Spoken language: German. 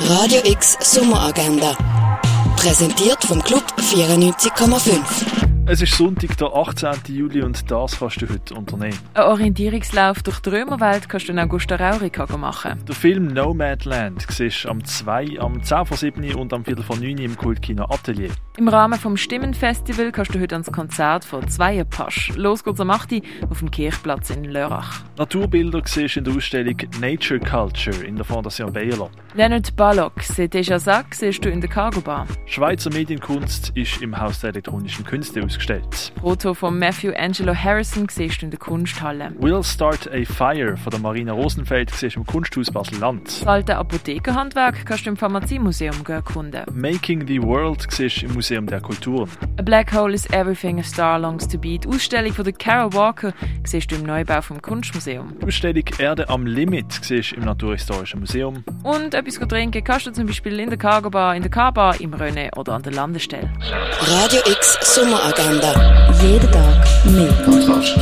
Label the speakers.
Speaker 1: Radio X Sommeragenda. Präsentiert vom Club 94,5.
Speaker 2: Es ist Sonntag, der 18. Juli und das kannst du heute unternehmen.
Speaker 3: Einen Orientierungslauf durch die Römerwelt kannst du in Augusta Raurica machen.
Speaker 2: Der Film Nomadland siehst du am 2, am 10 vor 7 und am Viertel vor 9 im Kultkino Atelier.
Speaker 3: Im Rahmen vom Stimmenfestival kannst du heute ans Konzert von Zweierpasch. Los geht's am 8. Uhr auf dem Kirchplatz in Lörrach.
Speaker 2: Naturbilder siehst du in der Ausstellung Nature Culture in der Fondation Baylor.
Speaker 3: Leonard Ballock, c'est déjà ça, siehst du in der Cargo Bar.
Speaker 2: Schweizer Medienkunst ist im Haus der elektronischen Künste ausgestellt.
Speaker 3: Foto von Matthew Angelo Harrison siehst du in der Kunsthalle.
Speaker 2: We'll Start a Fire von der Marina Rosenfeld siehst du im Kunsthaus Basel-Land.
Speaker 3: Das alte Apothekerhandwerk kannst du im Pharmaziemuseum erkunden.
Speaker 2: Making the World siehst du im Museum der Kulturen.
Speaker 3: A Black Hole is Everything a Star Longs to Be. Die Ausstellung von der Carol Walker siehst du im Neubau vom Kunstmuseum.
Speaker 2: Die Ausstellung Erde am Limit siehst du im Naturhistorischen Museum.
Speaker 3: Und etwas trinken kannst du zum Beispiel in der Cargo Bar, in der K-Bar, im Rönne oder an der Landestelle.
Speaker 1: Radio X Sommeragenda. Jeden Tag mehr.
Speaker 4: Kontrast.